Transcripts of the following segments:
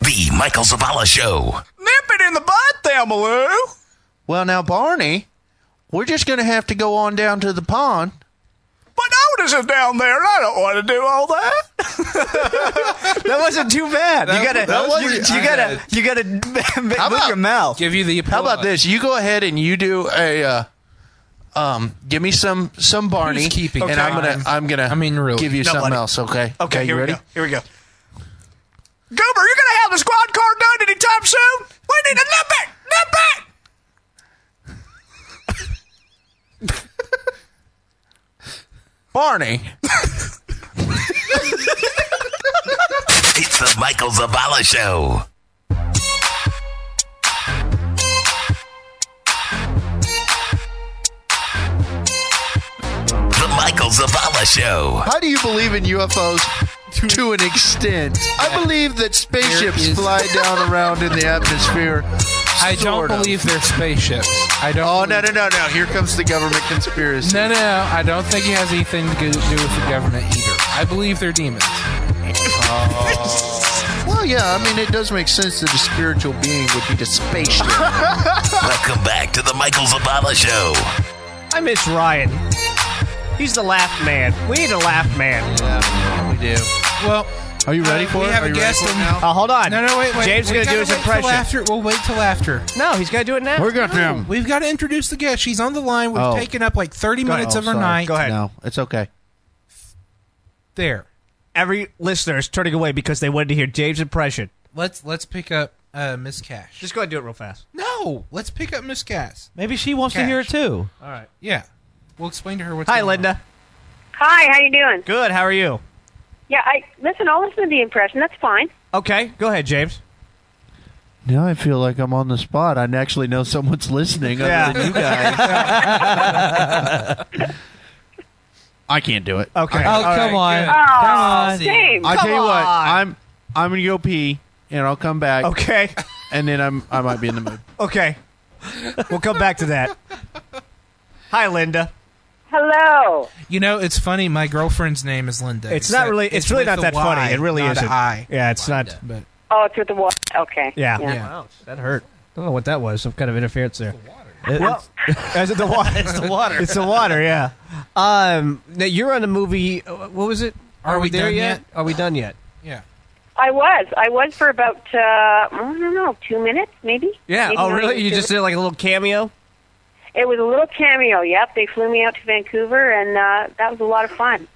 The Michael Zavala Show. Nip it in the bud, Thelmaloo. Well, now, Barney, we're just going to have to go on down to the pond. But notice is down there, and I don't want to do all that. That wasn't too bad. you gotta, that you, wasn't- you I gotta, you gotta move about- your mouth. Give you the How about this? You go ahead and you do a. Uh, um, give me some some Barney, Who's keeping and I'm time? gonna I'm gonna I mean, really. give you something Nobody. else. Okay. Okay, you here ready? we go. Here we go. Goober, you gonna have the squad car done anytime soon? We need to nip it, nip it. Barney, It's the Michael Zavala Show. The Michael Zavala Show. how do you believe in UFOs? To an extent, I believe that spaceships is- fly down around in the atmosphere. I don't sort of. believe they're spaceships. I don't. Oh no believe- no no no! Here comes the government conspiracy. No, no, no. I don't think it has anything to do with the government either. I believe they're demons. Well, yeah, I mean it does make sense that a spiritual being would be a spaceship. Welcome back to the Michael Zavala Show. I miss Ryan. He's the laugh man. We need a laugh man. we do. Well, Are you ready uh, for we it? have Are a you ready guest. for it and- now? Oh, hold on. No, no, wait, wait. James is We gonna do gotta his wait till impression. After we'll wait till after. No, he's gonna do it now. We're gonna no. We've got to introduce the guest. She's on the line. We've Oh. taken up like 30 minutes of her night. Go ahead. No, it's okay. There. Every listener is turning away because they wanted to hear James' impression. Let's let's pick up uh, Miss Cash. Just go ahead and do it real fast. no, let's pick up Miss Cash. Maybe she wants to hear it too. Yeah, we'll explain to her what's. Hi, going Linda. Hi, how you doing? Good. How are you? Yeah, I listen. I'll listen to the impression. That's fine. Okay. Go ahead, James. Now I feel like I'm on the spot. I actually know someone's listening Yeah. other than you guys. I can't do it. Okay. Uh, Oh, come on. Oh, on. James. I come tell you what, on. I'm I'm gonna go pee and I'll come back okay. and then I'm I might be in the mood. Okay. We'll come back to that. Hi, Linda. Hello. on. You know, it's funny. My girlfriend's name is Linda. It's not Except really. It's, really with not a that Y, funny. It really not isn't. A I. Yeah, it's not. But Oh, it's with the water. Okay. Yeah. Yeah. Wow, that hurt. Don't know what that was. Some kind of interference there. It- Well, is it the water? it's the water. it's the water. Yeah. Um. Now you're on a movie. uh, What was it? Are we there done yet? Are we done yet? Yeah. I was. I was for about uh, I don't know, two minutes maybe. Yeah. Maybe oh, not really? even You two just did like a little cameo. It was a little cameo. Yep, they flew me out to Vancouver, and uh, that was a lot of fun.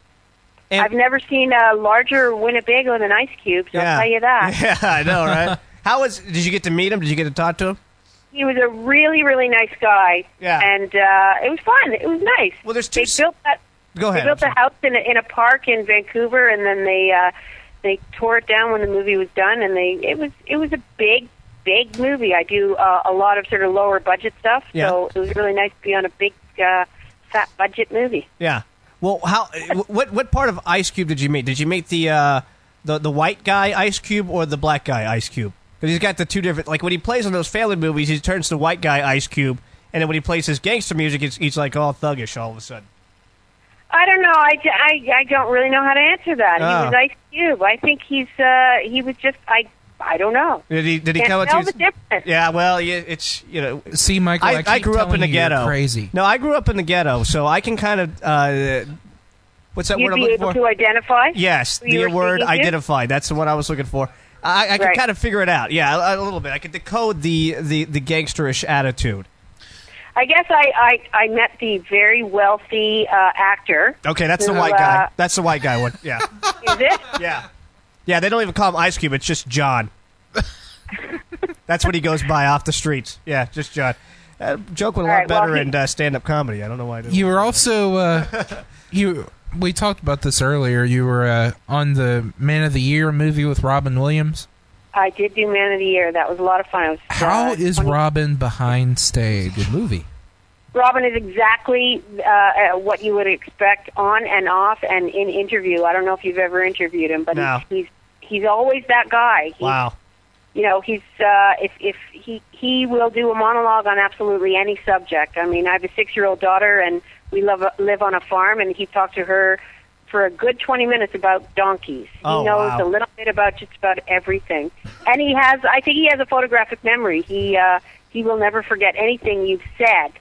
And- I've never seen a larger Winnebago than Ice Cube. So I'll tell you that. Yeah, I know, right? How was? Did you get to meet him? Did you get to talk to him? He was a really, really nice guy. Yeah. And uh, it was fun. It was nice. Well, there's two They s- built that Go ahead. They built the house in a, in a park in Vancouver, and then they uh, they tore it down when the movie was done. And they it was it was a big big movie. I do uh, a lot of sort of lower budget stuff, so it was really nice to be on a big uh, fat budget movie. Yeah. Well, how? What? What part of Ice Cube did you meet? Did you meet the uh, the the white guy Ice Cube or the black guy Ice Cube? Because he's got the two different. Like when he plays on those family movies, he turns to white guy Ice Cube, and then when he plays his gangster music, it's, he's like all thuggish all of a sudden. I don't know. I, I, I don't really know how to answer that. Ah. He was Ice Cube. I think he's uh, he was just I I don't know. Did he? Did he Can't come up to tell you? the difference. Yeah. Well, yeah, it's you know. See, Michael, I, I, keep I grew up in telling the you you're ghetto. Crazy. No, I grew up in the ghetto, so I can kind of. Uh, what's that You'd word I'm be looking able for? to identify. Yes, who you the were word speaking to? identify. That's the one I was looking for. I, I could Right. kind of figure it out. Yeah, a, a little bit. I could decode the the, the gangsterish attitude. I guess I, I, I met the very wealthy uh, actor. Okay, that's the Who, white uh, guy. That's the white guy one. Yeah, Is it? yeah, yeah. They don't even call him Ice Cube. It's just John. that's what he goes by off the streets. Yeah, just John. Uh, joke went a lot All right, well, better he- in uh, stand up comedy. I don't know why. I didn't. You were also uh, you. We talked about this earlier. You were uh, on the Man of the Year movie with Robin Williams. I did do Man of the Year. That was a lot of fun. I was, How uh, is 20 Robin behind stage? Good movie. Robin is exactly uh, uh, what you would expect on and off and in interview. I don't know if you've ever interviewed him, but No. he's, he's he's always that guy. He, wow. You know, he's uh, if if he he will do a monologue on absolutely any subject. I mean, I have a six year old daughter, and we love live on a farm, and he talked to her for a good 20 minutes about donkeys. He Oh, wow. knows a little bit about just about everything. And he has, I think he has a photographic memory. He, uh, he will never forget anything you've said,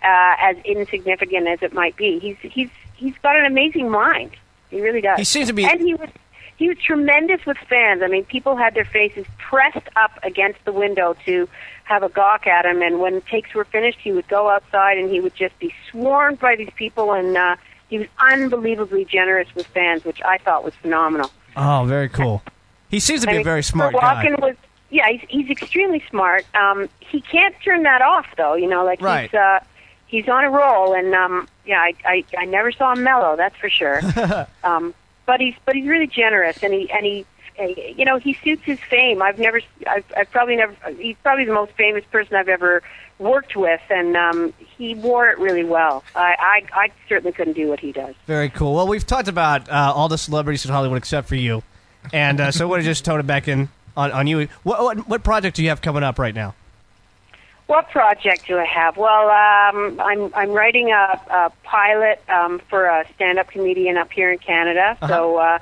uh, as insignificant as it might be. He's, he's, he's got an amazing mind. He really does. He seems to be- And he was, he was tremendous with fans. I mean, people had their faces pressed up against the window to have a gawk at him. And when takes were finished, he would go outside and he would just be swarmed by these people. And uh, he was unbelievably generous with fans, which I thought was phenomenal. Oh, very cool. He seems to I be a mean, very smart Walken guy. was, yeah, he's, he's extremely smart. Um, he can't turn that off, though. You know, like Right. he's uh, he's on a roll, and um, yeah, I, I I never saw him mellow. That's for sure. um, but he's but he's really generous, and he and he. uh, You know he suits his fame. I've never, I've, I've probably never. He's probably the most famous person I've ever worked with, and um, he wore it really well. I, I, I certainly couldn't do what he does. Very cool. Well, we've talked about uh, all the celebrities in Hollywood except for you, and uh, so I want to just tone it back in on, on you. What, what what project do you have coming up right now? What project do I have? Well, um, I'm I'm writing a, a pilot um, for a stand-up comedian up here in Canada. So, uh,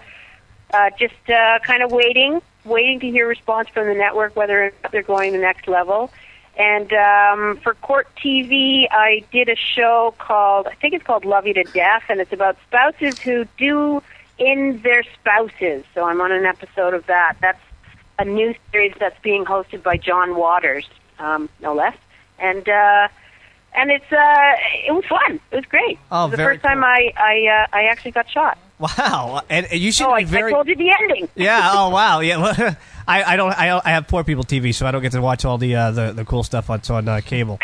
uh, just uh, kind of waiting, waiting to hear response from the network whether or not they're going the next level. And um, for Court TV, I did a show called I think it's called Love You to Death, and it's about spouses who do in their spouses. So I'm on an episode of that. That's a new series that's being hosted by John Waters, um, no less. And uh, and it's uh, it was fun. It was great. Oh, it was the very first time cool. I I, uh, I actually got shot. Wow, and, and you should Oh, be I, very I told you the ending. yeah. Oh wow, yeah. well, I, I don't I, I have poor people TV, so I don't get to watch all the uh, the, the cool stuff on on uh, cable.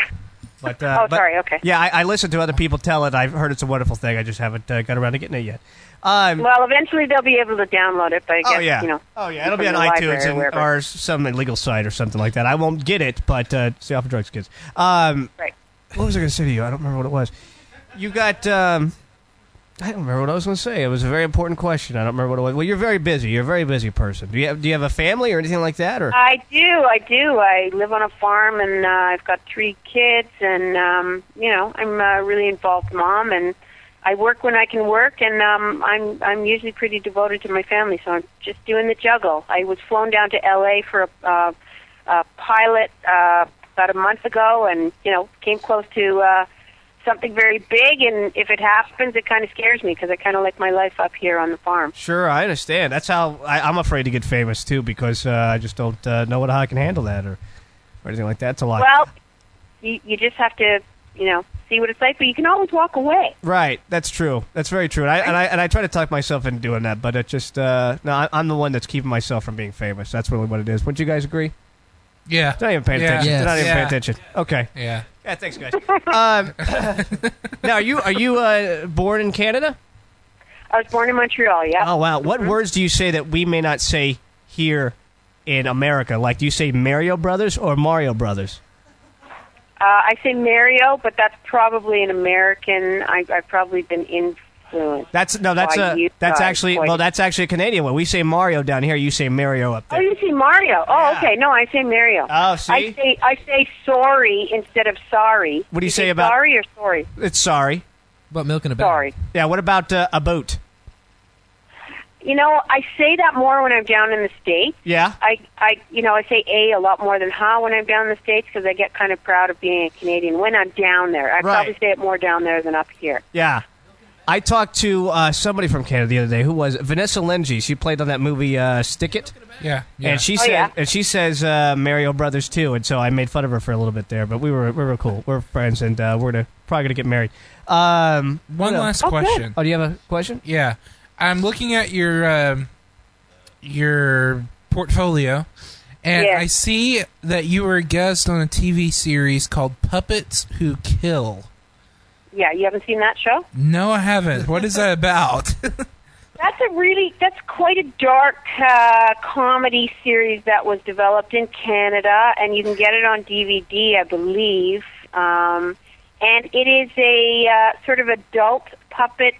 But uh, Oh, but- sorry, okay. Yeah, I, I listen to other people tell it. I've heard it's a wonderful thing. I just haven't uh, got around to getting it yet. Um, Well, eventually they'll be able to download it, but I guess oh yeah, you know. oh yeah, it'll be on from the iTunes library or and, wherever. or some illegal site or something like that. I won't get it, but uh, stay off of drugs, kids. Um, Right. what was I going to say to you? I don't remember what it was. You got. Um, I don't remember what I was going to say. It was a very important question. I don't remember what it was. Well, you're very busy. You're a very busy person. Do you have Do you have a family or anything like that? Or I do, I do. I live on a farm, and uh, I've got three kids, and um, you know, I'm a really involved mom, and I work when I can work, and um, I'm I'm usually pretty devoted to my family, so I'm just doing the juggle. I was flown down to L.A. for a, uh, a pilot uh, about a month ago, and you know, came close to. Uh, Something very big, and if it happens, it kind of scares me because I kind of like my life up here on the farm. sure, I understand. That's how I, I'm afraid to get famous too because uh, I just don't uh, know what how I can handle that or, or anything like that. It's a lot. Well, you, you just have to, you know, see what it's like, but you can always walk away. Right, that's true. That's very true. And I and I, and I try to talk myself into doing that, but it just uh, no. I, I'm the one that's keeping myself from being famous. That's really what it is. Wouldn't you guys agree? Yeah. They're not even paying Yeah. attention. They're Yes. not even paying Yeah. attention. Okay. Yeah. Yeah, thanks, guys. um, now, are you are you uh, born in Canada? I was born in Montreal, yeah. Oh wow. What words do you say that we may not say here in America? Like, do you say Mario Brothers or Mario Brothers? Uh, I say Mario, but that's probably an American. I, I've probably been influenced. That's no. That's Why, a you that's guys, actually boy. well. That's actually a Canadian one. We say Mario down here. You say Mario up Oh, there. you say Mario. Oh, okay. No, I say Mario. Oh, see? I say I say sorry instead of sorry. What do you say about- sorry or sorry? It's sorry. But milk in a bag. Sorry. Yeah. What about uh, a boat? You know, I say that more when I'm down in the states. Yeah. I, I, you know, I say a a lot more than ha when I'm down in the states because I get kind of proud of being a Canadian when I'm down there. I Right. probably say it more down there than up here. Yeah. I talked to uh, somebody from Canada the other day who was Vanessa Lengi. She played on that movie uh, Stick It, Yeah. Yeah. and she Oh, said, yeah. and she says uh, Mario Brothers too. And so I made fun of her for a little bit there, but we were we were cool. We're friends, and uh, we're gonna, probably gonna get married. Um, One what last else? question. Oh, do you have a question? Yeah, I'm looking at your um, your portfolio, and Yes. I see that you were a guest on a TV series called Puppets Who Kill. Yeah, you haven't seen that show? No, I haven't. What is that about? That's a really that's quite a dark uh, comedy series that was developed in Canada, and you can get it on DVD, I believe. Um, and it is a uh, sort of adult puppet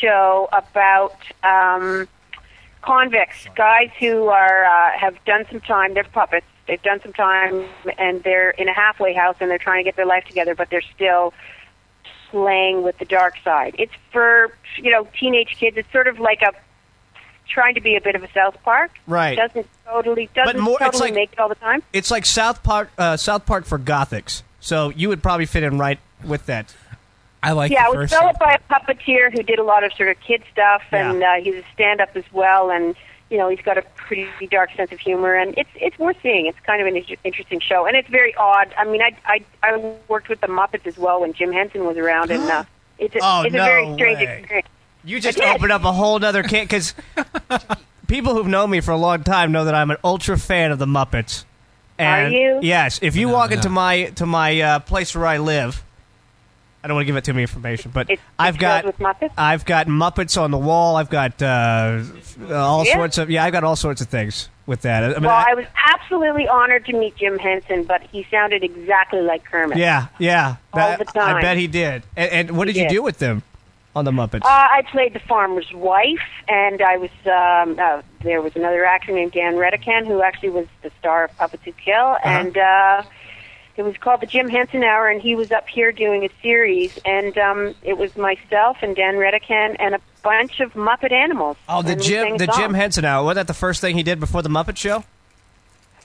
show about um, convicts, guys who are uh, have done some time. They're puppets. They've done some time, and they're in a halfway house, and they're trying to get their life together, but they're still playing with the dark side. It's for you know teenage kids. It's sort of like a trying to be a bit of a South Park. Right. Doesn't totally doesn't more- it's totally like- make it all the time. It's like South Park. Uh, South Park for gothics. So you would probably fit in right with that. I like yeah, the it was first developed by a puppeteer who did a lot of sort of kid stuff, and Yeah. uh, he's a stand-up as well, and you know he's got a pretty dark sense of humor, and it's it's worth seeing. It's kind of an inter- interesting show, and it's very odd. I mean, I I I worked with the Muppets as well when Jim Henson was around, and uh, it's a, Oh, it's no a very strange way. experience. You just I did. opened up a whole nother can because people who've known me for a long time know that I'm an ultra fan of the Muppets. Are And you? Yes. If you walk no. into my to my uh, place where I live, I don't want to give it too many information, but It's- I've it's got filled with Muppets? I've got Muppets on the wall. I've got uh, all Yeah. sorts of yeah. I've got all sorts of things with that. I mean, well, I- I was absolutely honored to meet Jim Henson, but he sounded exactly like Kermit. Yeah, yeah. All That- the time. I bet he did. And, and what did you did. do with them on the Muppets? Uh, I played the farmer's wife, and I was um, uh, there was another actor named Dan Redican who actually was the star of Puppet to Kill, Uh-huh. and uh, it was called the Jim Henson Hour, and he was up here doing a series, and um, it was myself and Dan Redican and a bunch of Muppet animals. oh, the And we sang Jim, a the song. Jim Henson Hour. Wasn't that the first thing he did before the Muppet Show?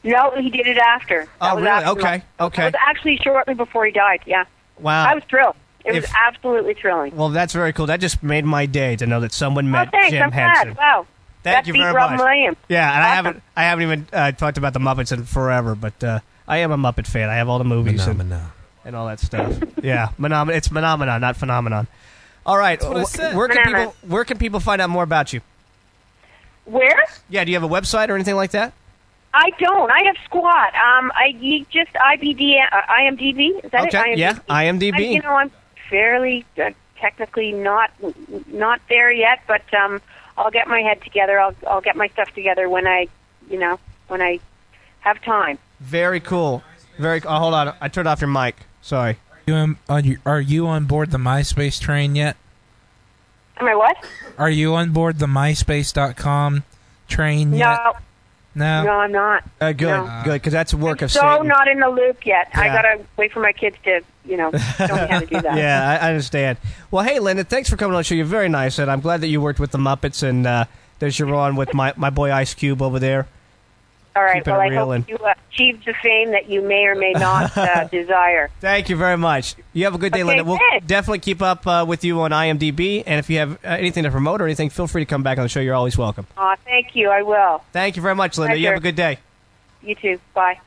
No, he did it after. That Oh, was really? after Okay, Muppet. That okay. was actually shortly before he died. Yeah, Wow. I was thrilled. It was If- absolutely thrilling. well, that's very cool. That just made my day to know that someone oh, met thanks. Jim I'm Henson. glad. Wow. Thank that you beat very Robin much. Williams. Yeah, and I Awesome. haven't, I haven't even uh, talked about the Muppets in forever, but uh, I am a Muppet fan. I have all the movies and, and all that stuff. yeah, Monom- it's phenomenon, not phenomenon. All right, what I wh- said. where can Phenomenon. people where can people find out more about you? Where? Yeah, do you have a website or anything like that? I don't. I have squat. Um, I you just IBD, uh, IMDb. Is that Okay, it? yeah, IMDb. I, you know, I'm fairly uh, technically not not there yet, but um, I'll get my head together. I'll I'll get my stuff together when I, you know, when I have time. Very cool. Very. Oh, hold on. I turned off your mic. Sorry. You on, are you- are you on board the MySpace train yet? Am I what? Are you on board the MySpace.com train yet? No, No. no, I'm not. Uh, good. No. Good. Because that's a work I'm of so Satan. not in the loop yet. I Yeah. gotta wait for my kids to, you know, tell me how to do that. yeah, I, I understand. Well, hey, Linda, thanks for coming on the show. You're very nice, and I'm glad that you worked with the Muppets and uh, that you're on with my, my boy Ice Cube over there. All right. Keep it Well, I real hope and- you uh, achieve the fame that you may or may not uh, desire. Thank you very much. You have a good day, Okay, Linda. We'll thanks. definitely keep up uh, with you on IMDb, and if you have uh, anything to promote or anything, feel free to come back on the show. You're always welcome. Aw, thank you. I will. Thank you very much, Linda. You Pleasure. have a good day. You too. Bye.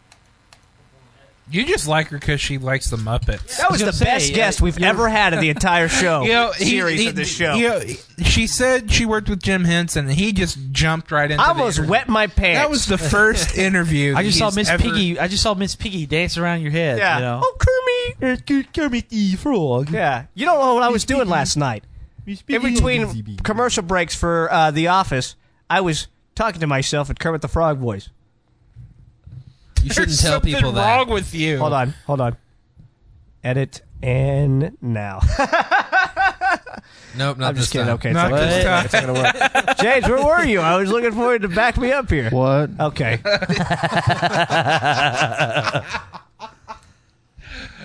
You just like her because she likes the Muppets. That was, I was the gonna best say, guest we've ever had of the entire show. You know, he- series he- of this show. you know, she said she worked with Jim Henson, and he just jumped right into. I the almost interview. wet my pants. That was the first interview. I just saw he's Miss ever- Piggy. I just saw Miss Piggy dance around your head. Yeah. You know? Oh, Kermit. It's good Kermit the Frog. Yeah. You don't know what I was doing last night. Miss In Piggy. between commercial breaks for uh, The Office, I was talking to myself at Kermit the Frog voice. You shouldn't There's tell something people that. wrong with you. Hold on. Hold on. Edit and now. Nope, not I'm this just kidding. time. Okay. Not it's this time. okay. James, where were you? I was looking forward to back me up here. What? Okay.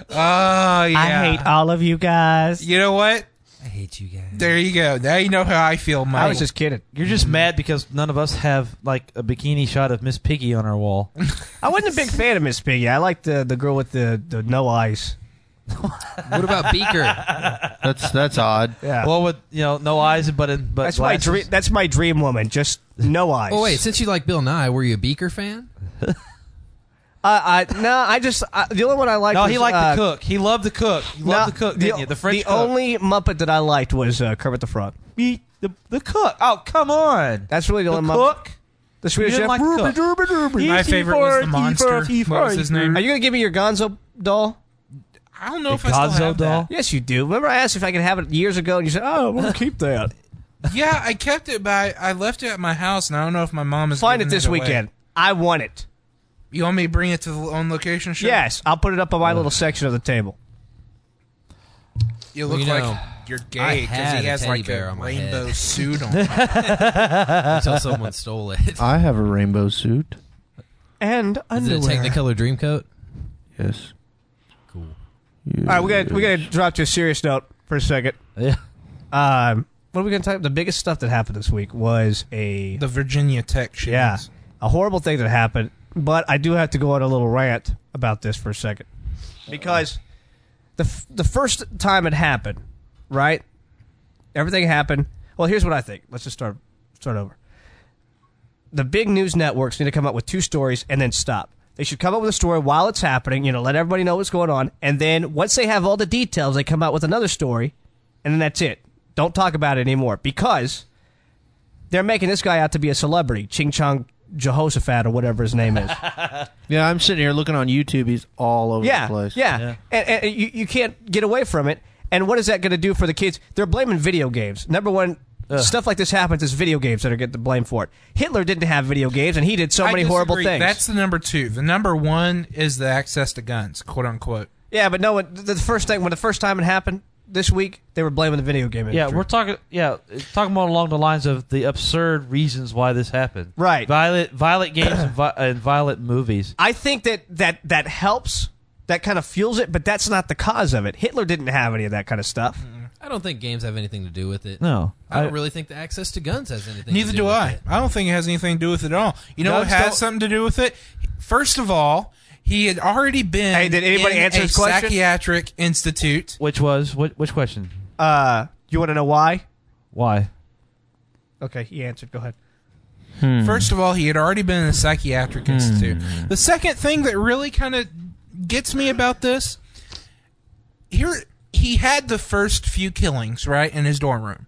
Oh yeah. I hate all of you guys. You know what? I hate you guys. There you go. Now you know how I feel, Mike. I was just kidding. You're just mad because none of us have like a bikini shot of Miss Piggy on our wall. I wasn't a big fan of Miss Piggy. I liked the, the girl with the, the no eyes. What about Beaker? That's that's odd. Yeah. well, with you know no eyes, but in, but that's my glasses. dream. That's my dream woman. Just no eyes. Oh wait, since you like Bill Nye, were you a Beaker fan? Uh, I, no, I just I, the only one I liked. No, was, he liked uh, the cook. He loved the cook. He no, loved the cook, didn't you? The French cook. only Muppet that I liked was uh, Kermit the Frog. Be- the the cook. Oh come on. That's really the, the only Muppet. cook. The Swedish You Chef. didn't like the cook. My favorite was the monster. What was his name? Are you gonna give me your Gonzo doll? I don't know if I still Gonzo have doll. Yes, you do. Remember, I asked if I could have it years ago, and you said, "Oh, we'll keep that." that. Yeah, I kept it, but I, I left it at my house, and I don't know if my mom is. Find it giving this away. weekend. I want it. You want me to bring it to the on location show? Yes, I'll put it up on my little section of the table. You look you know, like you're I gay because had he a has teddy like bear a on my rainbow head. suit on. Until someone stole it. Is I have a rainbow suit. And it a underwear. Technicolor Dreamcoat? Yes. Cool. All right, we got we got to drop to a serious note. for a second. Yeah. Um, what are we going to talk? The biggest stuff that happened this week was a The Virginia Tech shit. yeah, a horrible thing that happened. But I do have to go on a little rant about this for a second because the f- the first time it happened, right? Everything happened. Well, here's what I think. Let's just start start over. The big news networks need to come up with two stories and then stop. They should come up with a story while it's happening, you know, let everybody know what's going on, and then once they have all the details, they come out with another story, and then that's it. Don't talk about it anymore because they're making this guy out to be a celebrity, Ching Chong Jehoshaphat or whatever his name is. Yeah, I'm sitting here looking on YouTube. He's all over yeah, the place. Yeah, And, and you, you can't get away from it. And what is that going to do for the kids? They're blaming video games. Number one, stuff like this happens is video games that are getting blamed for it. Hitler didn't have video games, and he did so I many horrible disagree. things. That's the number two. The number one is the access to guns, quote unquote. yeah, but no, one- the the first thing when the first time it happened this week, they were blaming the video game Yeah, industry. we're talking. Yeah, it's talking more along the lines of the absurd reasons why this happened. Right. Violent, violent games and, vi- and violent movies. I think that that that helps. That kind of fuels it, but that's not the cause of it. Hitler didn't have any of that kind of stuff. I don't think games have anything to do with it. No, I don't really think the access to guns has anything. Neither to do do with I. It. I don't think it has anything to do with it at all. You know what Guns has don't- something to do with it? First of all, he had already been Hey, did anybody in answer a his question? psychiatric institute. Which was what? Which question? Uh, you want to know why? Why? Okay, he answered. Go ahead. First of all, he had already been in a psychiatric institute. The second thing that really kind of gets me about this here he had the first few killings, right, in his dorm room.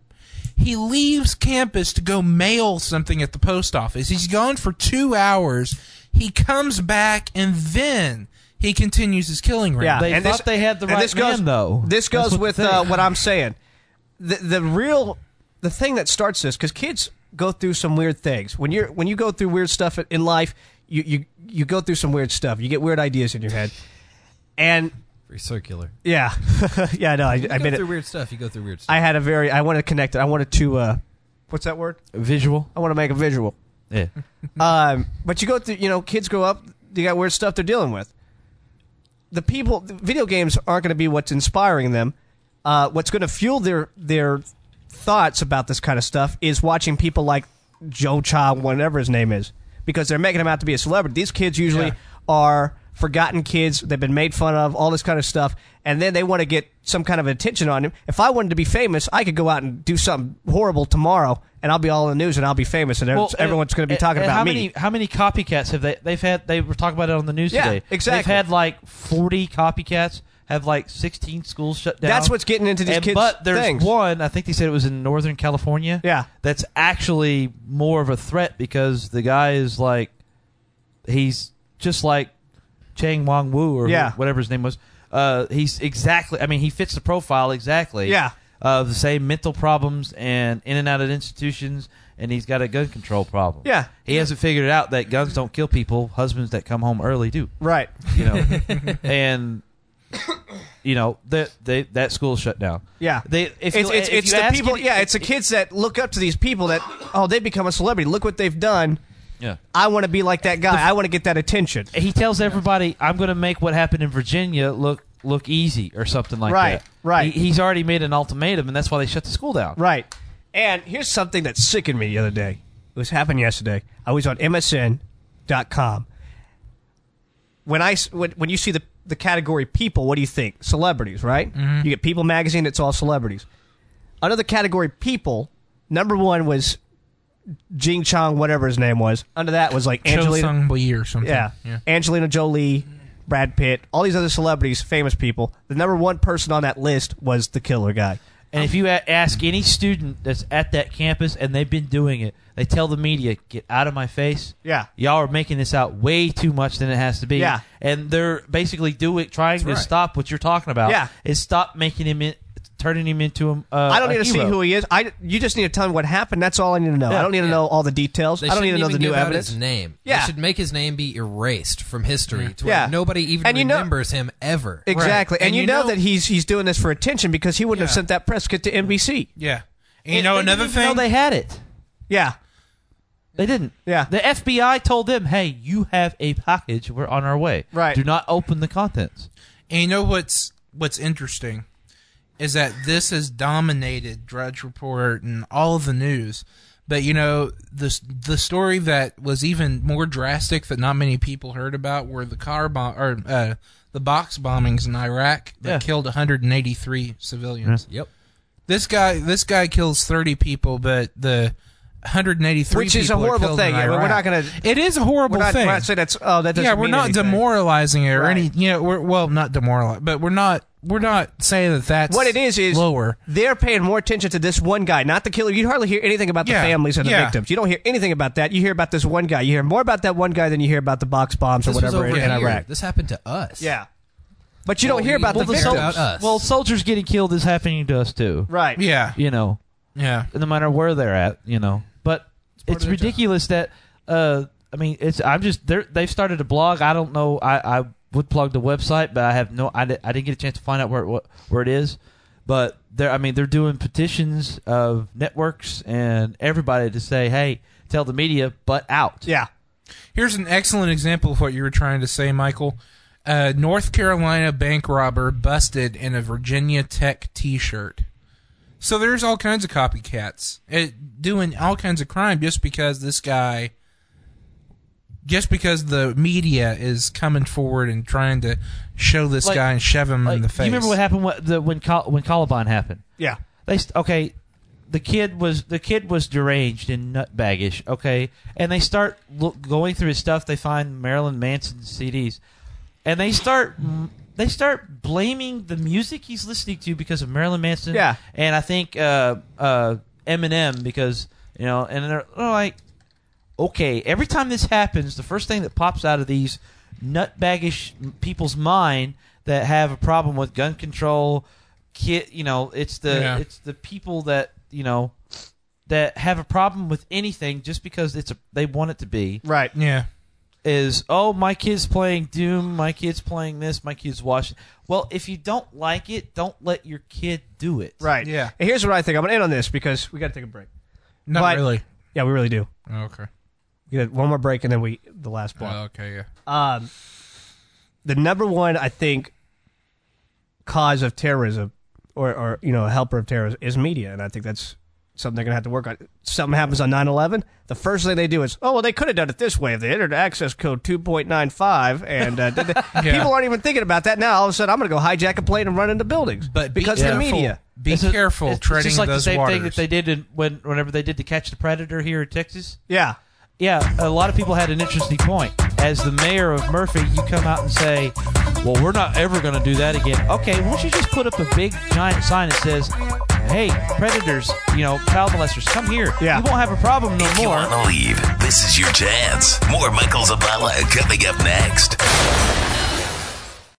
He leaves campus to go mail something at the post office. He's gone for 2 hours. He comes back and then he continues his killing round. Yeah, They and thought this, they had the and right this goes, man, though. This That's goes what with the uh, thing- what I'm saying. The the real the thing that starts this because kids go through some weird things when you're when you go through weird stuff in life. You you you go through some weird stuff. You get weird ideas in your head, and Very circular. yeah, yeah. No, I, You I go mean through it. weird stuff. You go through weird stuff. I had a very. I wanted to connect it. I wanted to. Uh, what's that word? visual. I want to make a visual. Yeah. Um, but you go through, you know, kids grow up, they got weird stuff they're dealing with. The people, the video games aren't going to be what's inspiring them. Uh, what's going to fuel their their thoughts about this kind of stuff is watching people like Joe Cha, whatever his name is, because they're making him out to be a celebrity. These kids usually Yeah. are forgotten kids. They've been made fun of, all this kind of stuff, and then they want to get some kind of attention on him. If I wanted to be famous, I could go out and do something horrible tomorrow, and I'll be all in the news, and I'll be famous, and Well, everyone's and- going to be talking and about how me. Many, how many copycats have they? They've had. They were talking about it on the news Yeah, today. exactly. They've had like forty copycats. Have like sixteen schools shut down. That's what's getting into these And- kids' But there's things. one. I think they said it was in Northern California. Yeah. That's actually more of a threat because the guy is like, he's just like Chang Wong Wu or Yeah. wh- whatever his name was. Uh, he's exactly. I mean, he fits the profile exactly. Yeah. Of the same mental problems and in and out of institutions, and he's got a gun control problem. Yeah. He hasn't figured out that guns don't kill people. Husbands that come home early do. Right. You know, and you know that they that school shut down. Yeah. They It's, if you, it's, if it's you the ask people, any- yeah, it's the kids that look up to these people that, oh, they become a celebrity. Look what they've done. yeah. I want to be like that guy. I want to get that attention. He tells everybody, "I'm going to make what happened in Virginia look look easy" or something like Right, that. right. He, he's already made an ultimatum, and that's why they shut the school down. Right. And here's something that sickened me the other day. It was happened yesterday. I was on MSN.com. When I s- when, when you see the the category people, what do you think? Celebrities, right? Mm-hmm. You get People magazine. It's all celebrities. Under the category people, number one was Jing Chong, whatever his name was. Under that was like Angelina, Angelina. Sung Lee or something. Yeah. Angelina Jolie, Brad Pitt, all these other celebrities, famous people. The number one person on that list was the killer guy. And if you a- ask any student that's at that campus and they've been doing it, they tell the media, "Get out of my face." Yeah. Y'all are making this out way too much than it has to be. Yeah. And they're basically doing trying to right. stop what you're talking about. Yeah. Is stop making him in, turning him into a. Uh, I don't a need to see hero. who he is. I you just need to tell me what happened. That's all I need to know. I don't need to know all the details. They I don't need shouldn't to know even the new give out evidence. His name. Yeah. They should make his name be erased from history to where Yeah. nobody even And you know- remembers him ever. Exactly, and, And you, you know, know- that he's he's doing this for attention because he wouldn't have Yeah. sent that press kit to NBC. Yeah. And And you know they another didn't even thing? Know they had it. Yeah, They didn't. Yeah. The FBI told them, "Hey, you have a package. We're on our way. Right. Do not open the contents." And you know what's what's interesting is that this has dominated Drudge Report and all of the news. But you know, the the story that was even more drastic that not many people heard about were the car bomb or uh, the box bombings in Iraq that Yeah. killed 183 civilians. Yep. This guy this guy kills 30 people, but the 183 Which is a people are horrible killed in thing. Yeah, we're Iraq. not gonna- It is a horrible We're not, thing we're not saying that's oh that doesn't yeah, we're mean not anything. demoralizing it or Right. any. You know, we're well, not demoralized, but we're not. We're not saying that that's What it is is lower. They're paying more attention to this one guy, not the killer. You hardly hear anything about the Yeah, families of the yeah. victims. You don't hear anything about that. You hear about this one guy. You hear more about that one guy than you hear about the box bombs This or was whatever over in here. Iraq. This happened to us. yeah, but you don't hear we- about well, the the victims. about us. Well, soldiers getting killed is happening to us too. Right. Yeah, You know, yeah. no matter where they're at, you know. But part it's, of their ridiculous that uh, I mean, it's I'm just they're, they've started a blog. I don't know. I, I would plug the website, but I have no. I, di- I didn't get a chance to find out where it, wa- where it is. But they're I mean they're doing petitions of networks and everybody to say, hey, tell the media, but out. Yeah. Here's an excellent example of what you were trying to say, Michael. A North Carolina bank robber busted in a Virginia Tech T-shirt. So there's all kinds of copycats eh, doing all kinds of crime just because this guy, just because the media is coming forward and trying to show this Like- guy and shove him Like, in the face. You remember what happened when the, when, Col- when Columbine happened? Yeah. They st- okay, the kid was the kid was deranged and nutbaggish. Okay, and they start look, going through his stuff. They find Marilyn Manson CDs, and they start they start blaming the music he's listening to because of Marilyn Manson. Yeah. and I think uh, uh, Eminem because you know, and they're like, okay, every time this happens, the first thing that pops out of these nutbaggish people's mind that have a problem with gun control, kid, you know, it's the Yeah. it's the people that you know that have a problem with anything just because it's a, they want it to be Right. Yeah. is oh my kid's playing doom my kid's playing this my kid's watching well if you don't like it don't let your kid do it Right. Yeah. And here's what I think. I'm gonna end on this because we got to take a break. Not But- really. Yeah, we really do. Oh, okay. We got one more break and then we the last block. Oh, okay. Yeah. Um, the number one, I think, cause of terrorism, or, or you know, helper of terrorism, is media, and I think that's something they're gonna have to work on. Something happens on 9-11, the first thing they do is, oh well, they could have done it this way if they entered access code two point nine five, and uh, did they- people aren't even thinking about that now. All of a sudden, I'm gonna go hijack a plane and run into buildings, But be because the careful- media. Be It's a- careful it's, treading it's just like those the same waters. thing that they did in, when whenever they did to catch the predator here in texas Yeah, yeah, a lot of people had an interesting point. As the mayor of Murphy, you come out and say, "Well, we're not ever going to do that again." Okay, why don't you just put up a big giant sign that says, "Hey, predators, you know, child molesters, come here. Yeah. You won't have a problem no If you more." want to leave, this is your chance. More Michael Zavala coming up next.